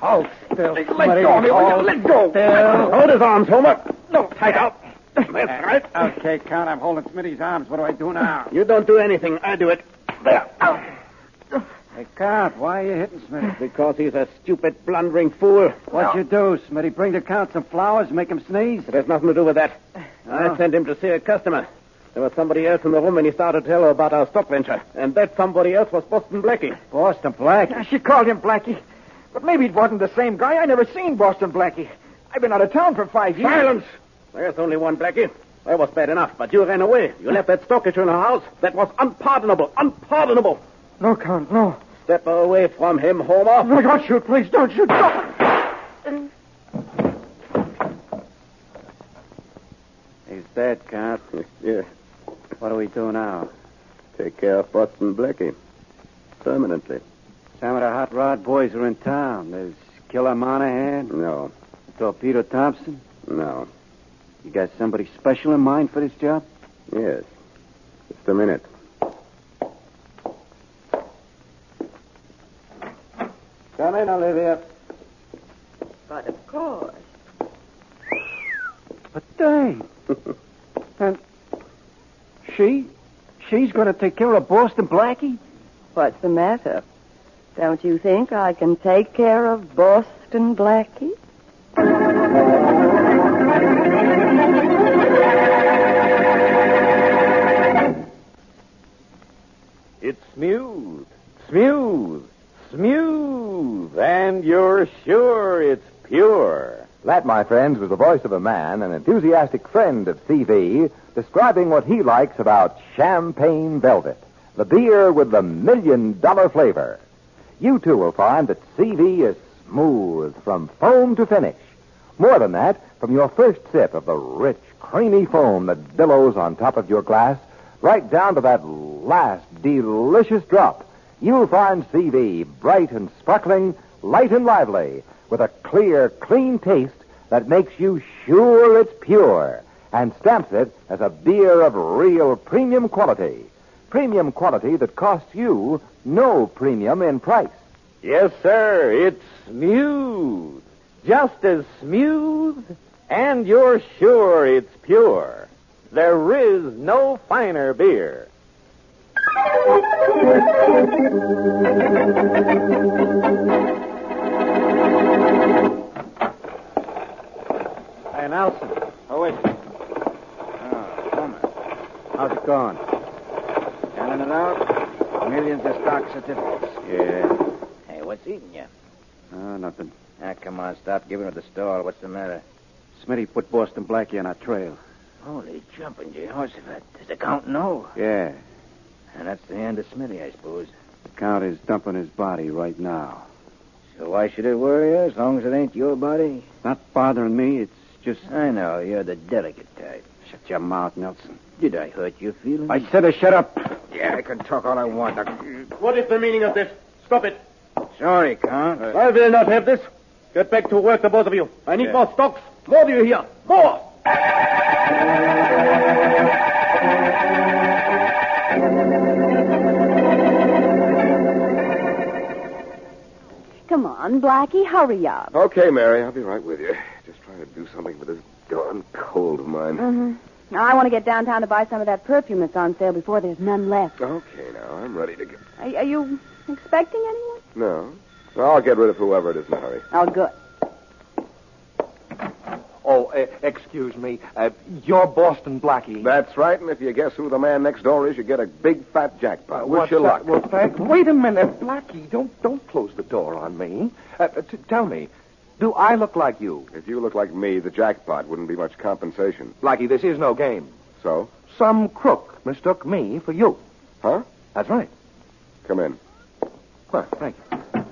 Hold still. Let somebody. go of me, will you? Hold Let go. Still. Hold his arms, Homer. No, tight out. That's right. Uh, Okay, count. I'm holding Smitty's arms. What do I do now? You don't do anything. I do it. There. Hey, count. Why are you hitting Smitty? Because he's a stupid, blundering fool. What'd you do, Smitty? Bring the count some flowers, make him sneeze? It has nothing to do with that. Oh. I sent him to see a customer. There was somebody else in the room, and he started to tell her about our stock venture. And that somebody else was Boston Blackie. Boston Black. She called him Blackie. But maybe it wasn't the same guy. I never seen Boston Blackie. I've been out of town for five years. Silence! There's only one Blackie. That was bad enough, but you ran away. You left that stock issue in her house. That was unpardonable. Unpardonable. No, Count, no. Step away from him, Homer. No, don't shoot, please. Don't shoot. Don't. He's dead, Count. yeah. What do we do now? Take care of Boston Blackie. Permanently. Some of the hot rod boys are in town. There's Killer Monahan, No. Torpedo Thompson. No. You got somebody special in mind for this job? Yes. Just a minute. Come in, Olivia. But of course. But dang. and she? She's going to take care of Boston Blackie? What's the matter? Don't you think I can take care of Boston Blackie? It's smooth, smooth, smooth, and you're sure it's pure. That, my friends, was the voice of a man, an enthusiastic friend of CV, describing what he likes about champagne velvet, the beer with the million dollar flavor. You too will find that CV is smooth from foam to finish. More than that, from your first sip of the rich, creamy foam that billows on top of your glass, right down to that last delicious drop, you'll find CV bright and sparkling, light and lively, with a clear, clean taste that makes you sure it's pure and stamps it as a beer of real premium quality. Premium quality that costs you no premium in price. Yes, sir, it's smooth, just as smooth, and you're sure it's pure. There is no finer beer. Hey, Nelson. Who is it? Oh, Homer. Ah, How's it going? Counting it out, millions of stock certificates. Yeah. Hey, what's eating you? Oh, nothing. Ah, come on, stop giving her the stall. What's the matter? Smitty put Boston Blackie on our trail. Holy jumping Jehoshaphat. Does the count know? Yeah. And that's the end of Smitty, I suppose. The count is dumping his body right now. So why should it worry you as long as it ain't your body? Not bothering me. It's just. I know, you're the delicate type. Shut your mouth, Nelson. Did I hurt your feelings? I said to shut up. Yeah, I can talk all I want. What is the meaning of this? Stop it. Sorry, Count. I will not have this. Get back to work, the both of you. I need Yeah. more stocks. More do you hear? More! Come on, Blackie, hurry up. Okay, Mary, I'll be right with you. Just trying to do something for this darn cold of mine. Um. Mm-hmm. Now, I want to get downtown to buy some of that perfume that's on sale before there's none left. Okay, now, I'm ready to get. Are, are you expecting anyone? No. I'll get rid of whoever it is in a hurry. Oh, good. Oh, uh, excuse me. Uh, you're Boston Blackie. That's right, and if you guess who the man next door is, you get a big fat jackpot. Wish Uh, What's you luck. that? Well, thank. Wait a minute, Blackie. Don't don't close the door on me. Uh, t- tell me, do I look like you? If you look like me, the jackpot wouldn't be much compensation. Blackie, this is no game. So? Some crook mistook me for you. Huh? That's right. Come in. Well, thank you.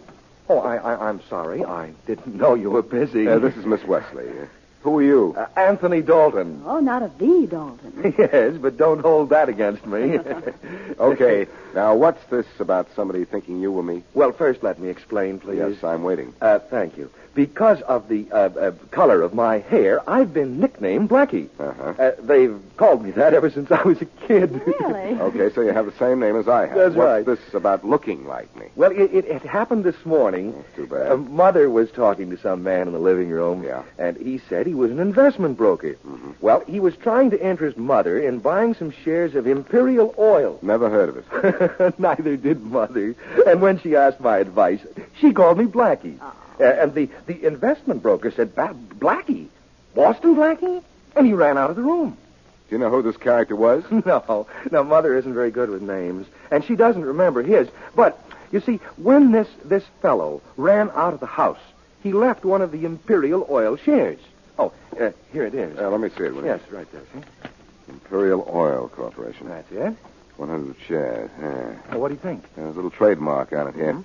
Oh, I, I I'm sorry. I didn't know you were busy. Uh, this is Miss Wesley. Uh, who are you? Uh, Anthony Dalton. Oh, not a V, Dalton. yes, but don't hold that against me. Okay, now what's this about somebody thinking you were me? Well, first let me explain, please. Yes, I'm waiting. Uh, thank you. Because of the uh, uh, color of my hair, I've been nicknamed Blackie. Uh-huh. Uh, they've called me that ever since I was a kid. Really? Okay, so you have the same name as I have. That's what's right. this about looking like me? well, it, it, it happened this morning. Too bad. Uh, Mother was talking to some man in the living room. Yeah. Mm-hmm. And he said he was an investment broker. Well, he was trying to interest Mother in buying some shares of Imperial Oil. Never heard of it. Neither did Mother. And when she asked my advice, she called me Blackie. Uh, and the, the investment broker said, "Ba- Blackie? Boston Blackie? And he ran out of the room. Do you know who this character was? No, no, Mother isn't very good with names. And she doesn't remember his. But, you see, when this, this fellow ran out of the house, he left one of the Imperial Oil shares. Oh, uh, here it is. Uh, let me see it. will you? yes, right there. see? Imperial Oil Corporation. That's it. 100 shares. Yeah. Well, what do you think? There's a little trademark on it here. Mm-hmm.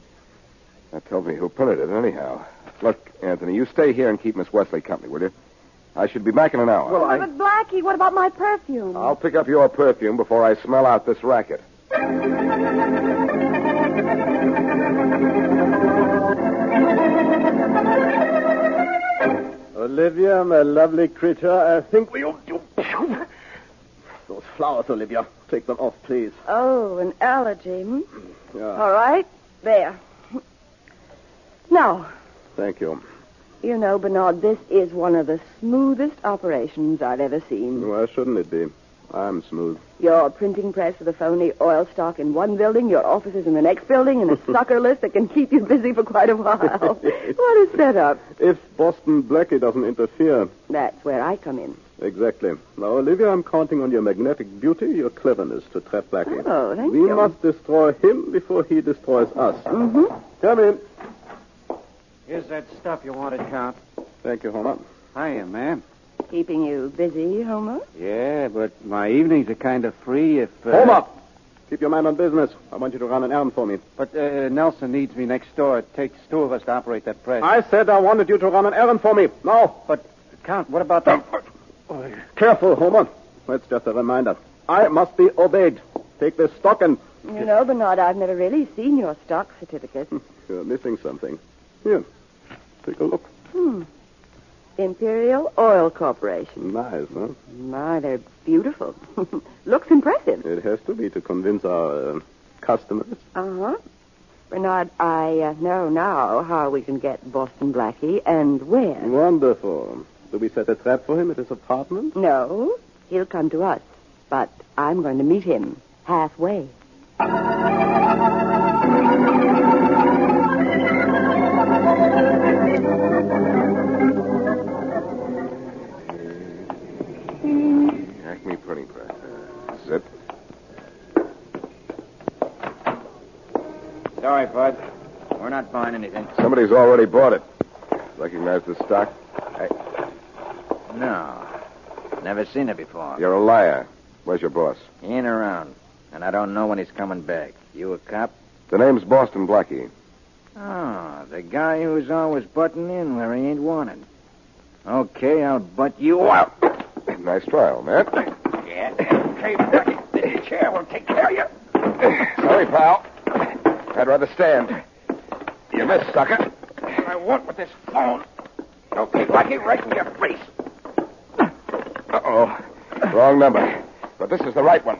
That tells me who printed it, anyhow. Look, Anthony, you stay here and keep Miss Wesley company, will you? I should be back in an hour. Oh, But, Blackie, what about my Uh, perfume? I'll pick up your perfume before I smell out this racket. Olivia, my lovely creature, I think we ought to. Those flowers, Olivia. Take them off, please. Oh, an allergy. Hmm? Yeah. All right, there. Now, Thank you. you know, Bernard, this is one of the smoothest operations I've ever seen. Why shouldn't it be? I'm smooth. Your printing press for the phony oil stock in one building, your offices in the next building, and a sucker list that can keep you busy for quite a while. what a setup. Uh, If Boston Blackie doesn't interfere. That's where I come in. Exactly. Now, Olivia, I'm counting on your magnetic beauty, your cleverness to trap Blackie. Oh, thank we you. must destroy him before he destroys us. hmm Come in. Here's that stuff you wanted, Count. Thank you, Homer. Hiya, ma'am. Keeping you busy, Homer? Yeah, but my evenings are kind of free if. Uh, Homer! Keep your mind on business. I want you to run an errand for me. But uh, Nelson needs me next door. It takes two of us to operate that press. I said I wanted you to run an errand for me. Now. But, Count, what about that? Careful, Homer. That's just a reminder. I must be obeyed. Take this stock and You know, Bernard, I've never really seen your stock certificate. Hmm. You're missing something. Here, take a look. Hmm. Imperial Oil Corporation. Nice, huh? My, they're beautiful. Looks impressive. It has to be to convince our uh, customers. Uh Uh-huh. huh. Bernard, I uh, know now how we can get Boston Blackie and where. Wonderful. Do we set a trap for him at his apartment? No, he'll come to us, but I'm going to meet him halfway. Acme Printing Press. Uh, it. Sorry, Bud. We're not buying anything. Somebody's already bought it. Recognize the stock? No. Never seen it before. You're a liar. Where's your boss? He ain't around. And I don't know when he's coming back. You a cop? The name's Boston Blackie. Ah, the guy who's always butting in where he ain't wanted. Okay, I'll butt you out. Nice trial, man. Yeah. Okay, Blackie. The chair will take care of you. Sorry, pal. I'd rather stand. You missed, sucker. I want with this phone. Okay, Blackie, right in your face. Uh-oh. Wrong number. But this is the right one.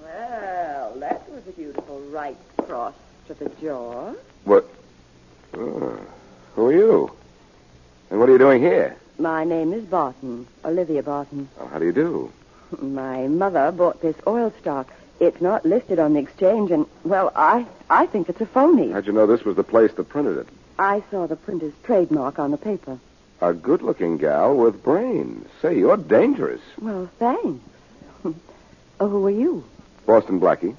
Well, that was a beautiful right cross to the jaw. What? Oh, who are you? And what are you doing here? My name is Barton, Olivia Barton. Oh, how do you do? My mother bought this oil stock. It's not listed on the exchange, and well, I I think it's a phony. How'd you know this was the place that printed it? I saw the printer's trademark on the paper. A good-looking gal with brains. Say, you're dangerous. Well, thanks. oh, who are you? Boston Blackie.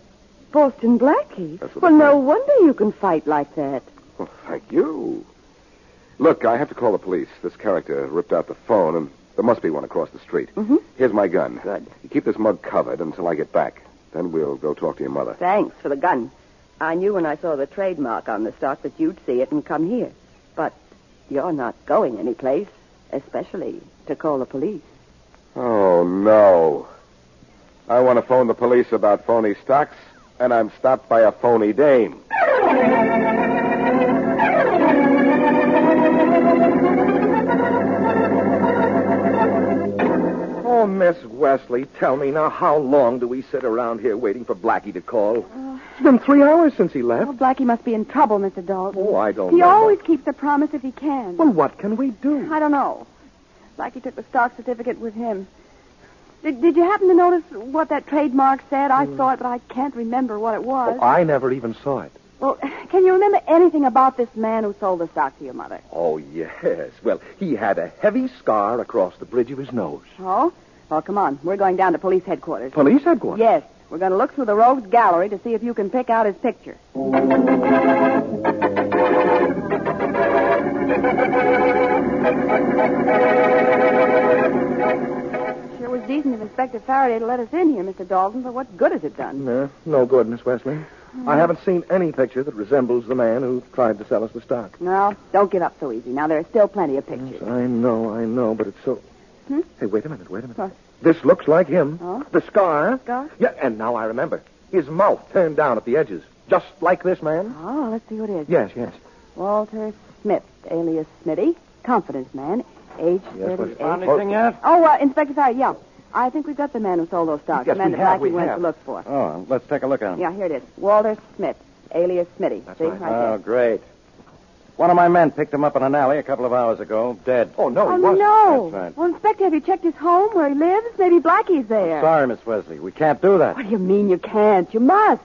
Boston Blackie. That's what well, they no wonder you can fight like that. Well, Oh, thank you. Look, I have to call the police. This character ripped out the phone, and there must be one across the street. Mm-hmm. Here's my gun. Good. You keep this mug covered until I get back. Then we'll go talk to your mother. Thanks for the gun. I knew when I saw the trademark on the stock that you'd see it and come here. But you're not going anyplace, especially to call the police. Oh, no. I want to phone the police about phony stocks, and I'm stopped by a phony dame. Oh, Miss Wesley, tell me now, how long do we sit around here waiting for Blackie to call? it's been three hours since he left. Well, Blackie must be in trouble, Mr. Dalton. Oh, I don't He know. always keeps a promise if he can. Well, what can we do? I don't know. Blackie took the stock certificate with him. Did, did you happen to notice what that trademark said? Mm. I saw it, but I can't remember what it was. Oh, I never even saw it. Well, can you remember anything about this man who sold the stock to your mother? Oh, yes. Well, he had a heavy scar across the bridge of his nose. Oh? Well, come on. We're going down to police headquarters. Police headquarters? Yes. We're going to look through the rogues gallery to see if you can pick out his picture. Sure was decent of Inspector Faraday to let us in here, Mr. Dalton, but what good has it done? No, no good, Miss Wesley. Mm. I haven't seen any picture that resembles the man who tried to sell us the stock. Well, don't give up so easy. Now, there are still plenty of pictures. I know, I know, but it's so. Hmm? Hey, wait a minute, wait a minute. What? This looks like him. Oh? The scar. Scar? Yeah, and now I remember. His mouth turned down at the edges, just like this man. Oh, let's see who it is. Yes, yes. Walter Smith, alias Smitty, confidence man, age Yes, but- 38. Found anything yet? Oh, uh, Inspector Faraday, yeah. I think we've got the man who sold those stocks. Yes, the man we that have, Blackie we went have. to look for. Oh, let's take a look at him. Yeah, here it is. Walter Smith, alias Smitty. That's See? Oh, great. One of my men picked him up in an alley a couple of hours ago, dead. Oh, no, Oh, no. That's right. Well, Inspector, have you checked his home, where he lives? Maybe Blackie's there. Sorry, Miss Wesley. We can't do that. What do you mean you can't? You must.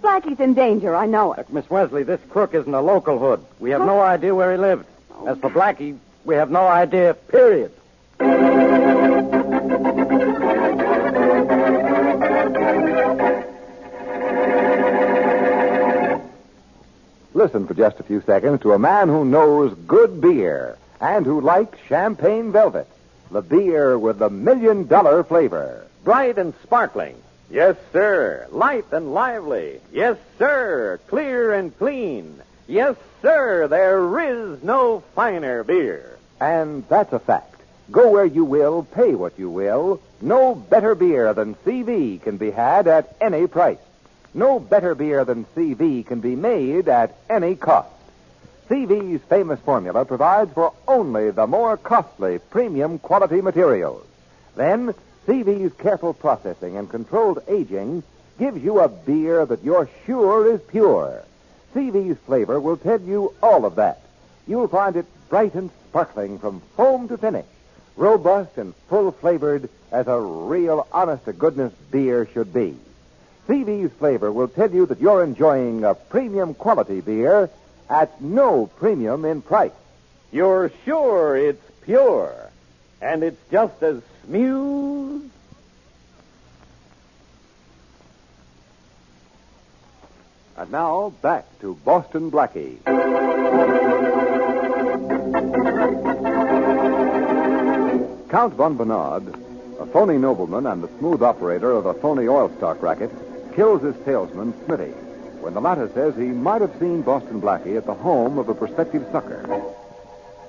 Blackie's in danger, I know it. Look, Miss Wesley, this crook isn't a local hood. We have no idea where he lived. Oh. As for Blackie, we have no idea, period. Listen for just a few seconds to a man who knows good beer and who likes champagne velvet, the beer with the million dollar flavor. Bright and sparkling. Yes, sir. Light and lively. Yes, sir. Clear and clean. Yes, sir. There is no finer beer. And that's a fact. Go where you will, pay what you will. No better beer than CV can be had at any price. No better beer than CV can be made at any cost. CV's famous formula provides for only the more costly premium quality materials. Then, CV's careful processing and controlled aging gives you a beer that you're sure is pure. CV's flavor will tell you all of that. You'll find it bright and sparkling from foam to finish, robust and full flavored as a real honest to goodness beer should be. CV's flavor will tell you that you're enjoying a premium quality beer at no premium in price. You're sure it's pure. And it's just as smooth. And now, back to Boston Blackie. Count von Bernard, a phony nobleman and the smooth operator of a phony oil stock racket, kills his salesman, Smitty, when the latter says he might have seen Boston Blackie at the home of a prospective sucker.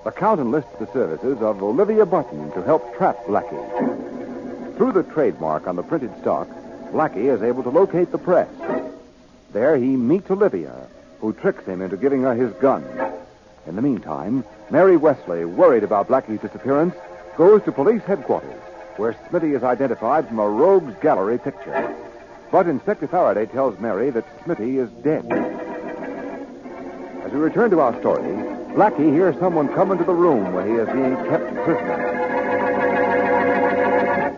The Count enlists the services of Olivia Button to help trap Blackie. Through the trademark on the printed stock, Blackie is able to locate the press. There he meets Olivia, who tricks him into giving her his gun. In the meantime, Mary Wesley, worried about Blackie's disappearance, goes to police headquarters, where Smitty is identified from a rogues gallery picture. But Inspector Faraday tells Mary that Smitty is dead. As we return to our story, Blackie hears someone come into the room where he is being kept prisoner.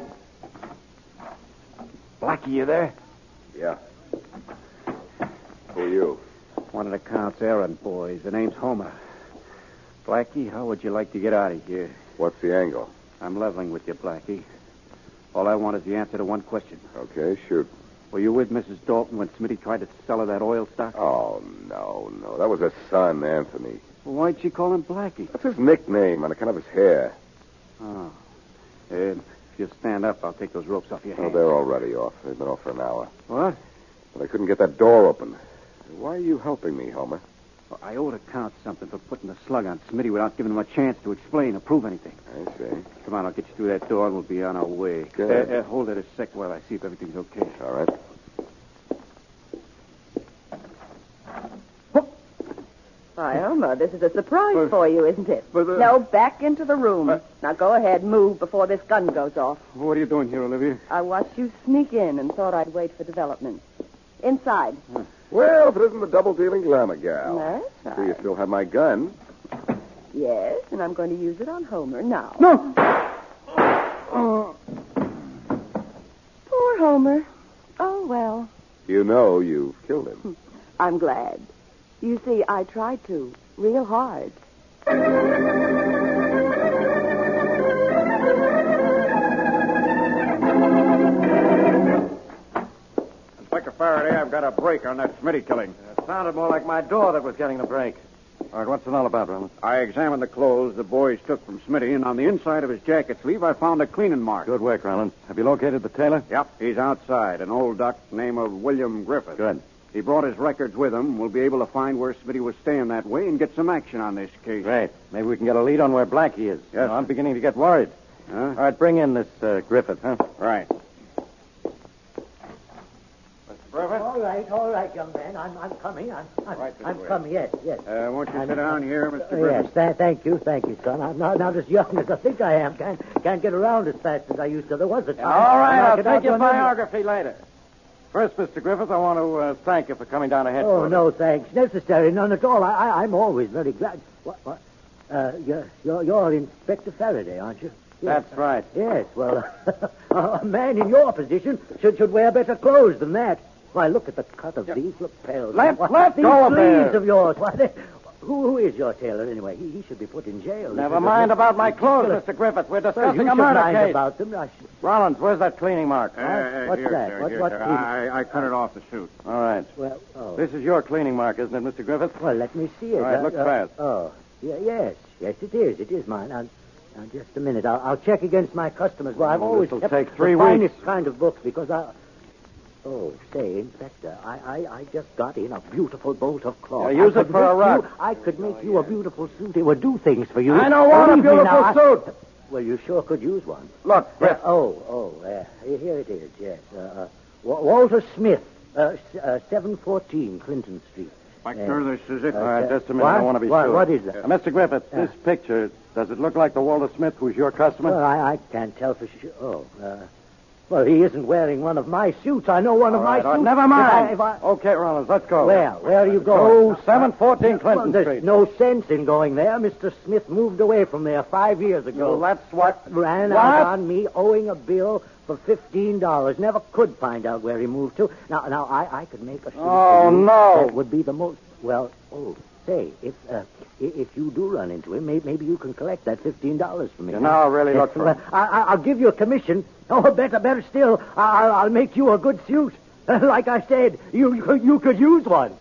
Blackie, you there? Yeah. Who are you? One of the Count's errand boys. The name's Homer. Blackie, how would you like to get out of here? What's the angle? I'm leveling with you, Blackie. All I want is the answer to one question. Okay, shoot. Were you with Mrs. Dalton when Smitty tried to sell her that oil stock? Oh, no, no. That was her son, Anthony. Well, why'd she call him Blackie? That's his nickname on account of his hair. Oh. Uh, if you stand up, I'll take those ropes off your Oh, hands. they're already off. They've been off for an hour. What? But I couldn't get that door open. Why are you helping me, Homer? Well, I owe the Count something for putting the slug on Smitty without giving him a chance to explain or prove anything. I see. Come on, I'll get you through that door and we'll be on our way. Good. Uh, uh, hold it a sec while I see if everything's okay. All right. Why, Elmer, this is a surprise for you, isn't it? uh, no, back into the room. now go ahead, move before this gun goes off. What are you doing here, Olivia? I watched you sneak in and thought I'd wait for developments. Inside. Well, if it isn't the double dealing glamour gal. Yes, Do you still have my gun? yes, and I'm going to use it on Homer now. No! Poor Homer. Oh, well. You know you've killed Hmm. him. I'm glad. You see, I tried to, real hard. Inspector Faraday, I've got a break on that Smitty killing. It sounded more like my door that was getting the break. All right, what's it all about, Reynolds? I examined the clothes the boys took from Smitty, and on the inside of his jacket sleeve, I found a cleaning mark. Good work, Reynolds. Have you located the tailor? Yep, he's outside, an old duck named of William Griffith. Good. He brought his records with him. We'll be able to find where Smitty was staying that way and get some action on this case. Great. Maybe we can get a lead on where Blackie is. Yes, No, I'm beginning to get worried. All right, bring in this uh, Griffith, huh? Right. All right, all right, young man. I'm, I'm coming. I'm, I'm, I'm coming. Yes, yes. Uh, won't you sit down here, Mr. Uh, Griffith? yes, tha- thank you, thank you, son. I'm not, not as young as I think I am. Can't, can't get around as fast as I used to. There was a time. All right, when I I'll could take uh, your outdo an enemy. biography later. First, Mr. Griffith, I want to uh, thank you for coming down to Oh, headquarters. no thanks. Necessary, none at all. I, I, I'm always very glad. What, what? Uh, you're, you're, you're Inspector Faraday, aren't you? Yes. That's right. Yes, well, a man in your position should, should wear better clothes than that. Why, look at the cut of these lapels. Let- Why, let these go of sleeves her. of yours. Why, they, who, who is your tailor, anyway? He, he should be put in jail. Never mind about my clothes, Mr. Griffith. We're Well, you discussing a should murder mind case. about them. I should... Rollins, where's that cleaning mark? Uh, uh, What's here, that? Sir, What- here, what sir. cleaning- I, I cut it off the suit. All right. Well, oh. This is your cleaning mark, isn't it, Mr. Griffith? Well, let me see it. All right, Uh, look uh, fast. Oh, yeah, yes, yes, it is. It is mine. Now, now just a minute. I'll, I'll check against my customers. Well, I've Oh, always this'll kept take three the weeks. finest kind of books because I. Oh, say, Inspector, I, I, I just got in a beautiful bolt of cloth. Yeah, use I it could for a make you- rug. I could make you a beautiful suit. It would do things for you. I don't want a Believe me beautiful now, I- suit. Well, you sure could use one. Look, Yeah, Griffith. oh, oh, uh, here it is, yes. Uh, uh, Wa- Walter Smith, uh, s- uh, 714 Clinton Street. Inspector, Uh, this is it. All right, just a minute. What? I want to be What- sure. what is that? Uh, Mr. Griffith, Yeah. this picture, does it look like the Walter Smith who's your customer? Well, I, I can't tell for sure. Oh, uh, well, he isn't wearing one of my suits. I know one All of right, my all right. suits. Never mind. If I, if I- Okay, Rollins, let's go. Where? Where are you Go going? 714 Well, Clinton there's Street. no sense in going there. Mr. Smith moved away from there five years ago. Well, that's what. ran What? out on me owing a bill for fifteen dollars. Never could find out where he moved to. Now, now I, I could make a suit Oh, for you no. that would be the most well. Oh, Say, if uh, i- if you do run into him, may- maybe you can collect that fifteen dollars for me. You know, really look for Well, him. I- I- I'll give you a commission. Oh, better, better still, I- I'll, I'll make you a good suit. like I said, you you could- you could use one.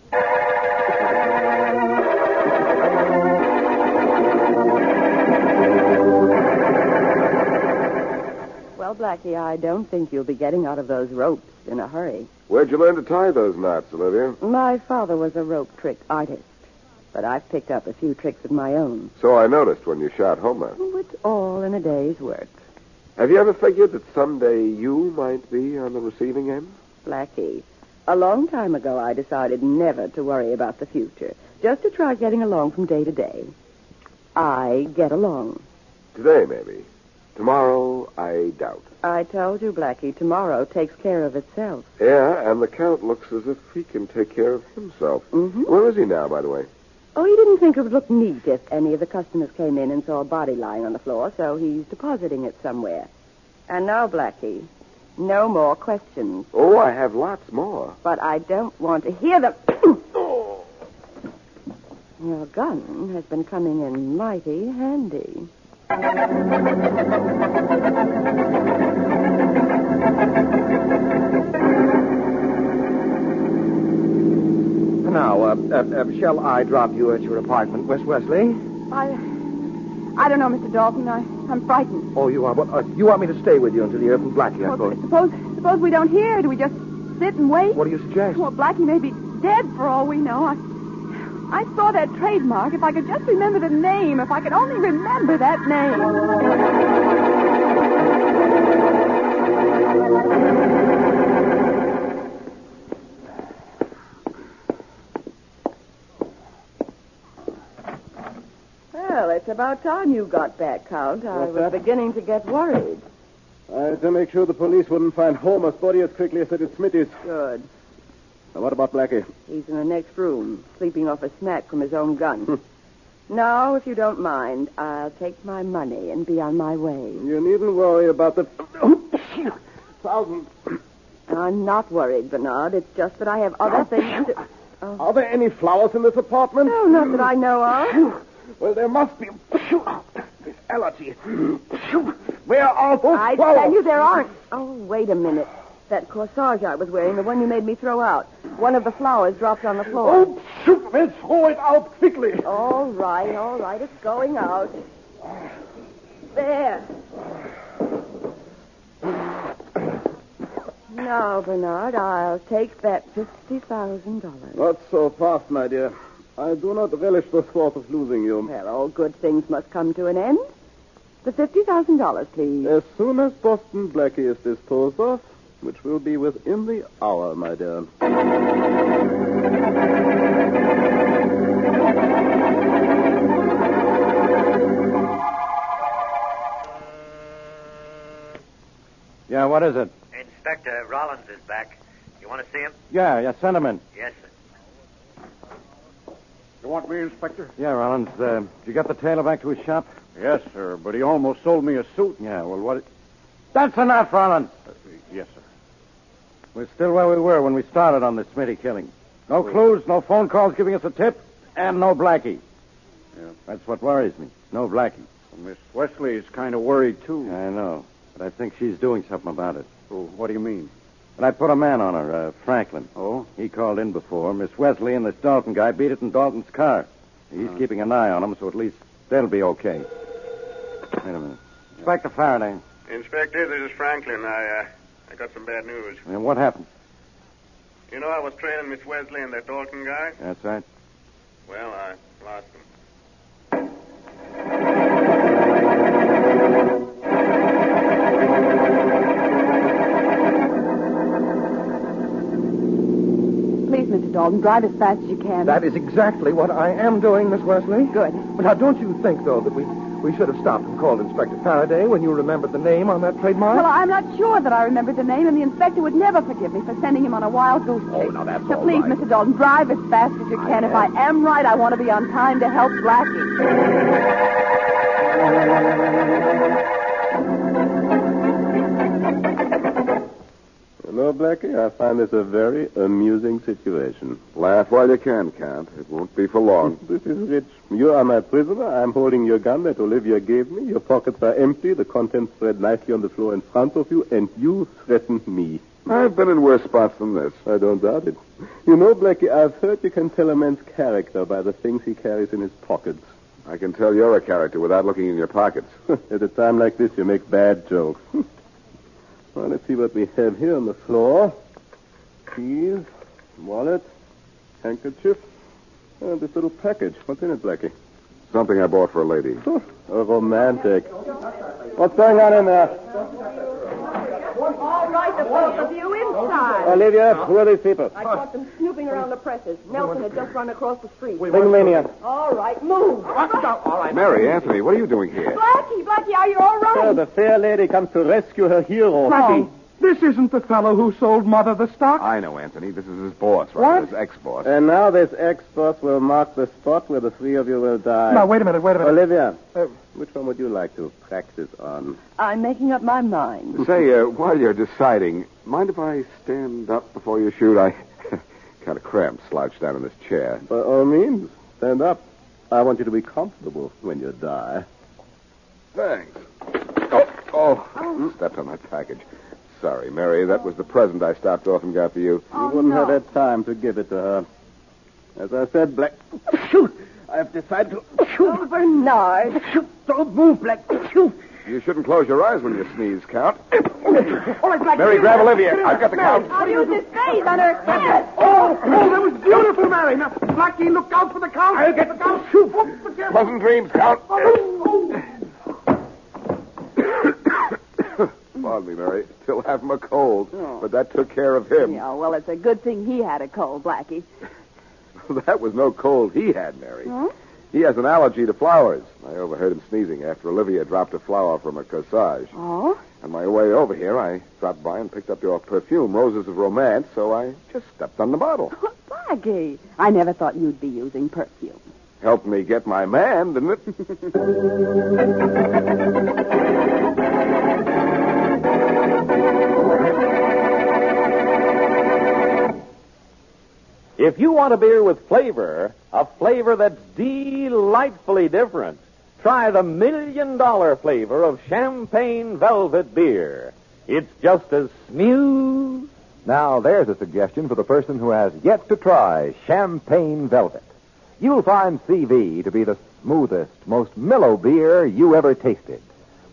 Well, Blackie, I don't think you'll be getting out of those ropes in a hurry. Where'd you learn to tie those knots, Olivia? My father was a rope trick artist, but I've picked up a few tricks of my own. So I noticed when you shot Homeland. Oh, It's all in a day's work. Have you ever figured that someday you might be on the receiving end? Blackie, a long time ago I decided never to worry about the future, just to try getting along from day to day. I get along. Today, maybe. Tomorrow, I doubt. I told you, Blackie, tomorrow takes care of itself. Yeah, and the Count looks as if he can take care of himself. Mm-hmm. Where is he now, by the way? Oh, he didn't think it would look neat if any of the customers came in and saw a body lying on the floor, so he's depositing it somewhere. And now, Blackie, no more questions. Oh, I have lots more. But I don't want to hear them. Your gun has been coming in mighty handy. Now, uh, uh, uh, shall I drop you at your apartment, Miss Wesley? I, I don't know, Mr. Dalton. I, I'm frightened. Oh, you are. Well, uh, you want me to stay with you until you hear from Blackie, I suppose. Suppose, suppose we don't hear. Do we just sit and wait? What do you suggest? Well, Blackie may be dead for all we know. I, I saw that trademark. If I could just remember the name, if I could only remember that name. Well, it's about time you got back, Count. I What's was that? beginning to get worried. Uh, to make sure the police wouldn't find Homer's body as quickly as they did Smithy's. Good. Now, what about Blackie? He's in the next room, sleeping off a snack from his own Hmm. gun. now, if you don't mind, I'll take my money and be on my way. You needn't worry about the thousand. I'm not worried, Bernard. It's just that I have other things to... Oh. Are there any flowers in this apartment? No, not that I know of. Well, there must be. This allergy. Where are those I flowers? tell you there aren't. Oh, wait a minute. That corsage I was wearing, the one you made me throw out, one of the flowers dropped on the floor. Oh, shoot, let's throw it out quickly. All right, all right, it's going out. There. Now, Bernard, I'll take that $50,000. Not so fast, my dear. I do not relish the thought of losing you. Well, all good things must come to an end. The $50,000, please. As soon as Boston Blackie is disposed of, which will be within the hour, my dear. Yeah, what is it? Inspector Rollins is back. You want to see him? Yeah, yeah, send him in. Yes, sir. You want me, Inspector? Yeah, Rollins, uh, did you get the tailor back to his shop? Yes, sir, but he almost sold me a suit. Yeah, well, what... That's enough, Rollins. Yes, sir. We're still where we were when we started on this Smitty killing. No clues, no phone calls giving us a tip, and no Blackie. Yeah. That's what worries me. No Blackie. Miss Wesley is kind of worried, too. I know, but I think she's doing something about it. Oh, what do you mean? But I put a man on her, uh, Franklin. Oh? He called in before. Miss Wesley and this Dalton guy beat it in Dalton's car. Uh. He's keeping an eye on them, so at least they'll be okay. Wait a minute. Inspector Faraday. Inspector, this is Franklin. I, uh, I got some bad news. And what happened? You know, I was trailing Miss Wesley and that Dalton guy. That's right. Well, I lost him. Please, Mr. Dalton, drive as fast as you can. That is exactly what I am doing, Miss Wesley. Good. But now, don't you think, though, that we, we should have stopped and called Inspector Faraday when you remembered the name on that trademark? Well, I'm not sure that I remembered the name, and the inspector would never forgive me for sending him on a wild goose chase. Oh, now that's so all please, right. Mr. Dalton, drive as fast as you can. if I am right, I want to be on time to help Blackie. You know, know, Blackie, I find this a very amusing situation. Laugh while you can, Count. It won't be for long. This is rich. You are my prisoner. I'm holding your gun that Olivia gave me. Your pockets are empty. The contents spread nicely on the floor in front of you, and you threaten me. I've been in worse spots than this. I don't doubt it. You know, Blackie, I've heard you can tell a man's character by the things he carries in his pockets. I can tell you're a character without looking in your pockets. At a time like this, you make bad jokes. well, let's see what we have here on the floor. Keys, wallet, handkerchief, and this little package. What's in it, Blackie? Something I bought for a lady. Oh, romantic. What's going on in there? All right, the both of you inside. Olivia, who are these people? I caught them snooping around the presses. Nelson had just run across the street. Bigamania. All right, move. All right. Mary, Anthony, what are you doing here? Blackie, Blackie, are you all right? Oh, the fair lady comes to rescue her hero. Blackie, this isn't the fellow who sold Mother the stock. I know, Anthony. This is his boss, right? His ex-boss. And now this export will mark the spot where the three of you will die. Now, wait a minute, wait a minute. Uh, Olivia, which one would you like to practice on? I'm making up my mind. Say, uh, while you're deciding, mind if I stand up before you shoot? I kind of cramped slouched down in this chair. By all means, stand up. I want you to be comfortable when you die. Thanks. Oh, oh, stepped on my package. Sorry, Mary. That was the present I stopped off and got for you. you wouldn't have had time to give it to her. As I said, Black. Shoot! I've decided to Oh, Bernard. Shoot! Don't move, Black. Shoot! You shouldn't close your eyes when you sneeze, Count. All right, Blackie. Mary, you- grab Olivia. I've got the count. I'll use this face on her head. Oh, oh, that was beautiful, Mary. Now, Blackie, look out for the count. I'll get the count. Shoot. Pleasant dreams, Count. Pardon me, Mary. Still having a cold, but that took care of him. Yeah, well, it's a good thing he had a cold, Blackie. that was no cold he had, Mary. He has an allergy to flowers. I overheard him sneezing after Olivia dropped a flower from her corsage. Oh? On my way over here, I dropped by and picked up your perfume, Roses of Romance, so I just stepped on the bottle. Blackie, I never thought you'd be using perfume. Helped me get my man, didn't it? If you want a beer with flavor, a flavor that's delightfully different, try the million dollar flavor of champagne velvet beer. It's just as smooth. Now, there's a suggestion for the person who has yet to try Champagne Velvet. You'll find CV to be the smoothest, most mellow beer you ever tasted.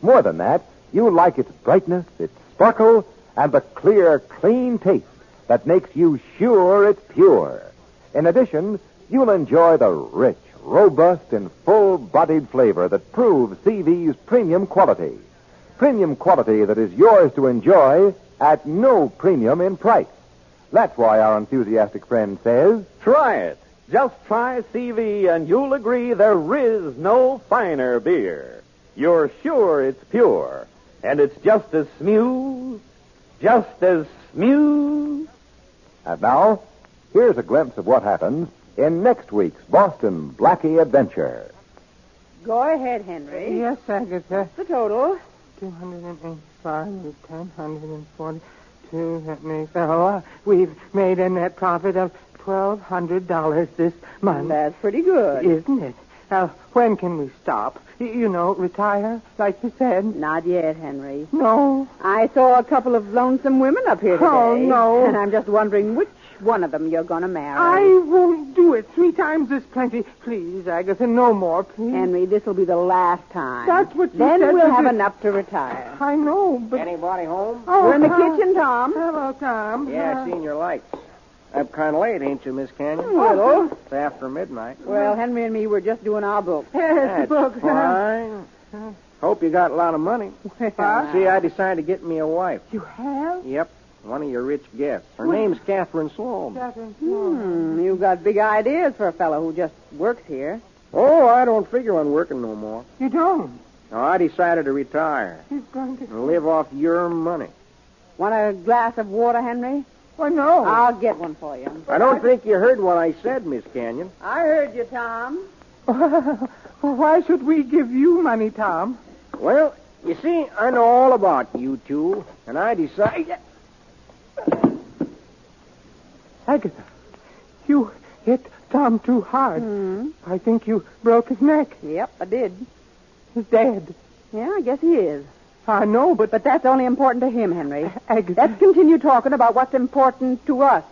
More than that, you'll like its brightness, its sparkle, and the clear, clean taste that makes you sure it's pure. In addition, you'll enjoy the rich, robust, and full-bodied flavor that proves CV's premium quality. Premium quality that is yours to enjoy at no premium in price. That's why our enthusiastic friend says, Try it. Just try CV and you'll agree there is no finer beer. You're sure it's pure, and it's just as smooth, just as smooth. And now, here's a glimpse of what happens in next week's Boston Blackie Adventure. Go ahead, Henry. Yes, Agatha. The total. 285 with 1042. That makes, oh, uh, we've made a net profit of $1,200 this month. That's pretty good. Isn't it? Uh, when can we stop? Y- You know, retire, like you said. Not yet, Henry. No. I saw a couple of lonesome women up here today. Oh, no. And I'm just wondering which one of them you're going to marry. I won't do it. Three times is plenty. Please, Agatha, no more, please. Henry, this will be the last time. That's what you Then said, we'll was have it- enough to retire. I know, but... Anybody home? Oh, We're in the Tom. kitchen, Tom. Hello, Tom. Uh, Uh, seen your lights. Up kind of late, ain't you, Miss Canyon? Oh, Little. It's after midnight. Well, Henry and me were just doing our book. That's fine. Hope you got a lot of money. Well, See, I decided to get me a wife. You have? Yep, one of your rich guests. Her Well- name's Catherine Sloan. Hmm, you've got big ideas for a fellow who just works here. Oh, I don't figure on working no more. You don't? No, I decided to retire He's going to... and live off your money. Want a glass of water, Henry? Why, no. I'll get one for you. I don't think you heard what I said, Miss Canyon. I heard you, Tom. well, why should we give you money, Tom? Well, you see, I know all about you two, and I decided. Agatha, you hit Tom too hard. I think you broke his neck. Hmm? Yep, I did. He's dead. Yeah, I guess he is. I know, but But that's only important to him, Henry. Let's continue talking about what's important to us.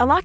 A lot